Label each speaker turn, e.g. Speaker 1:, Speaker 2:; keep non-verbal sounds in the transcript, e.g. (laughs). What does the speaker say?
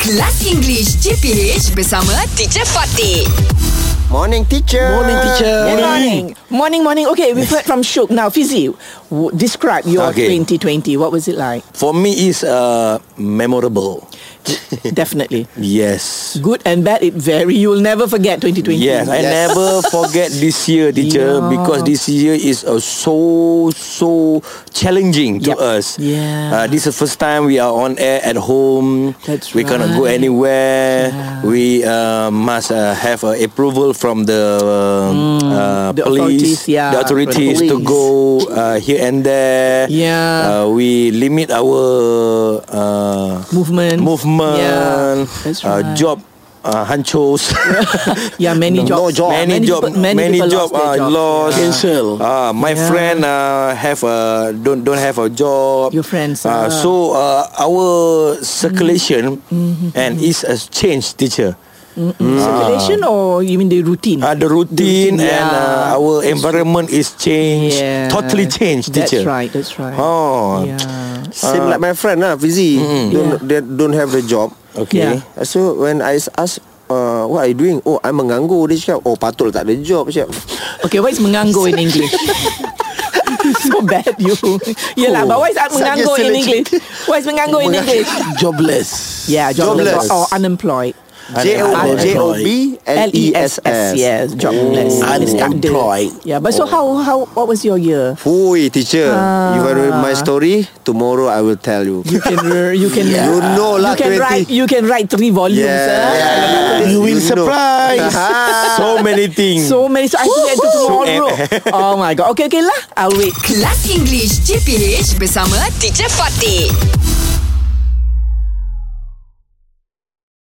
Speaker 1: Kelas English CPH bersama Teacher Fatih.
Speaker 2: Morning teacher.
Speaker 3: Morning, teacher.
Speaker 4: Good Ah, morning. Morning, morning. Okay, we've heard from Shuk. Now, Fizi, w- describe your
Speaker 3: Okay.
Speaker 4: 2020. What was it
Speaker 3: (laughs)
Speaker 4: like?
Speaker 3: For me is uh, memorable.
Speaker 4: Definitely.
Speaker 3: Yes.
Speaker 4: Good and bad, it vary. You'll never forget 2020.
Speaker 3: Yes, I
Speaker 2: Yes.
Speaker 3: never forget this year, teacher,
Speaker 4: Yeah.
Speaker 3: because this year is uh, so so challenging to
Speaker 4: Yep.
Speaker 3: us.
Speaker 4: Yeah.
Speaker 3: uh, this is the first time we are on air at home.
Speaker 4: That's
Speaker 3: we cannot go
Speaker 4: right.
Speaker 3: anywhere. We uh, must uh, have uh, approval from the, um, uh,
Speaker 4: Mm, the
Speaker 3: police,
Speaker 4: authorities, yeah,
Speaker 3: the authorities
Speaker 4: from the
Speaker 3: to
Speaker 4: police.
Speaker 3: go uh, here and there.
Speaker 4: Yeah.
Speaker 3: uh, we limit our uh,
Speaker 4: Movement.
Speaker 3: movement,
Speaker 4: Yeah, that's
Speaker 3: uh,
Speaker 4: right.
Speaker 3: job uh, hunchos.
Speaker 4: Yeah, many jobs.
Speaker 3: Many, job,
Speaker 4: people- many, people
Speaker 3: job are
Speaker 4: lost. their jobs.
Speaker 3: lost.
Speaker 4: Yeah.
Speaker 3: Cancel. Uh, my
Speaker 4: Yeah.
Speaker 3: friend uh, have a don't don't have a job.
Speaker 4: Your friends,
Speaker 3: Uh,
Speaker 4: ah.
Speaker 3: So uh, our circulation
Speaker 4: Mm-hmm.
Speaker 3: and is has changed, teacher.
Speaker 4: Circulation or you mean the routine?
Speaker 3: Uh, the routine
Speaker 4: Routine,
Speaker 3: and uh,
Speaker 4: yeah.
Speaker 3: our environment is changed.
Speaker 4: Yeah.
Speaker 3: Totally changed,
Speaker 4: That's
Speaker 3: teacher.
Speaker 4: right, that's right.
Speaker 3: Oh.
Speaker 4: Yeah.
Speaker 2: Same like my friend lah, Fizi. Don't
Speaker 4: Yeah.
Speaker 2: they don't have the job.
Speaker 3: Okay.
Speaker 4: Yeah.
Speaker 2: So when I ask uh, what are you doing? Oh, I'm menganggur. Dia cakap, oh patul tak ada job. Dia Cakap,
Speaker 4: Okay, what is menganggur
Speaker 2: (laughs)
Speaker 4: in English? so bad you. Yelah,
Speaker 2: Oh,
Speaker 4: but what is menganggur in
Speaker 2: suggested
Speaker 4: English? What is menganggur in English?
Speaker 3: Jobless.
Speaker 4: Yeah, jobless
Speaker 2: Jobless.
Speaker 4: or unemployed.
Speaker 2: J O
Speaker 4: Unemployed.
Speaker 2: J O B L E S S. oh.
Speaker 4: yes, jobless. It's tak ada.
Speaker 3: Unemployed.
Speaker 4: Yeah, but so how how what was your year?
Speaker 2: Hui, teacher. You want to read my
Speaker 4: Ah.
Speaker 2: story? Tomorrow I will tell you.
Speaker 4: You
Speaker 2: (laughs)
Speaker 4: can you can
Speaker 2: Yeah. You know lah,
Speaker 4: you can
Speaker 2: 20.
Speaker 4: write you can write three volumes. eh?
Speaker 3: You will
Speaker 2: know.
Speaker 3: surprise. (laughs) so many things.
Speaker 4: So many so I can get to
Speaker 2: (laughs)
Speaker 4: tomorrow. oh my god. Okay, okay lah. I'll wait.
Speaker 1: Kelas English CPH bersama Teacher Fatih.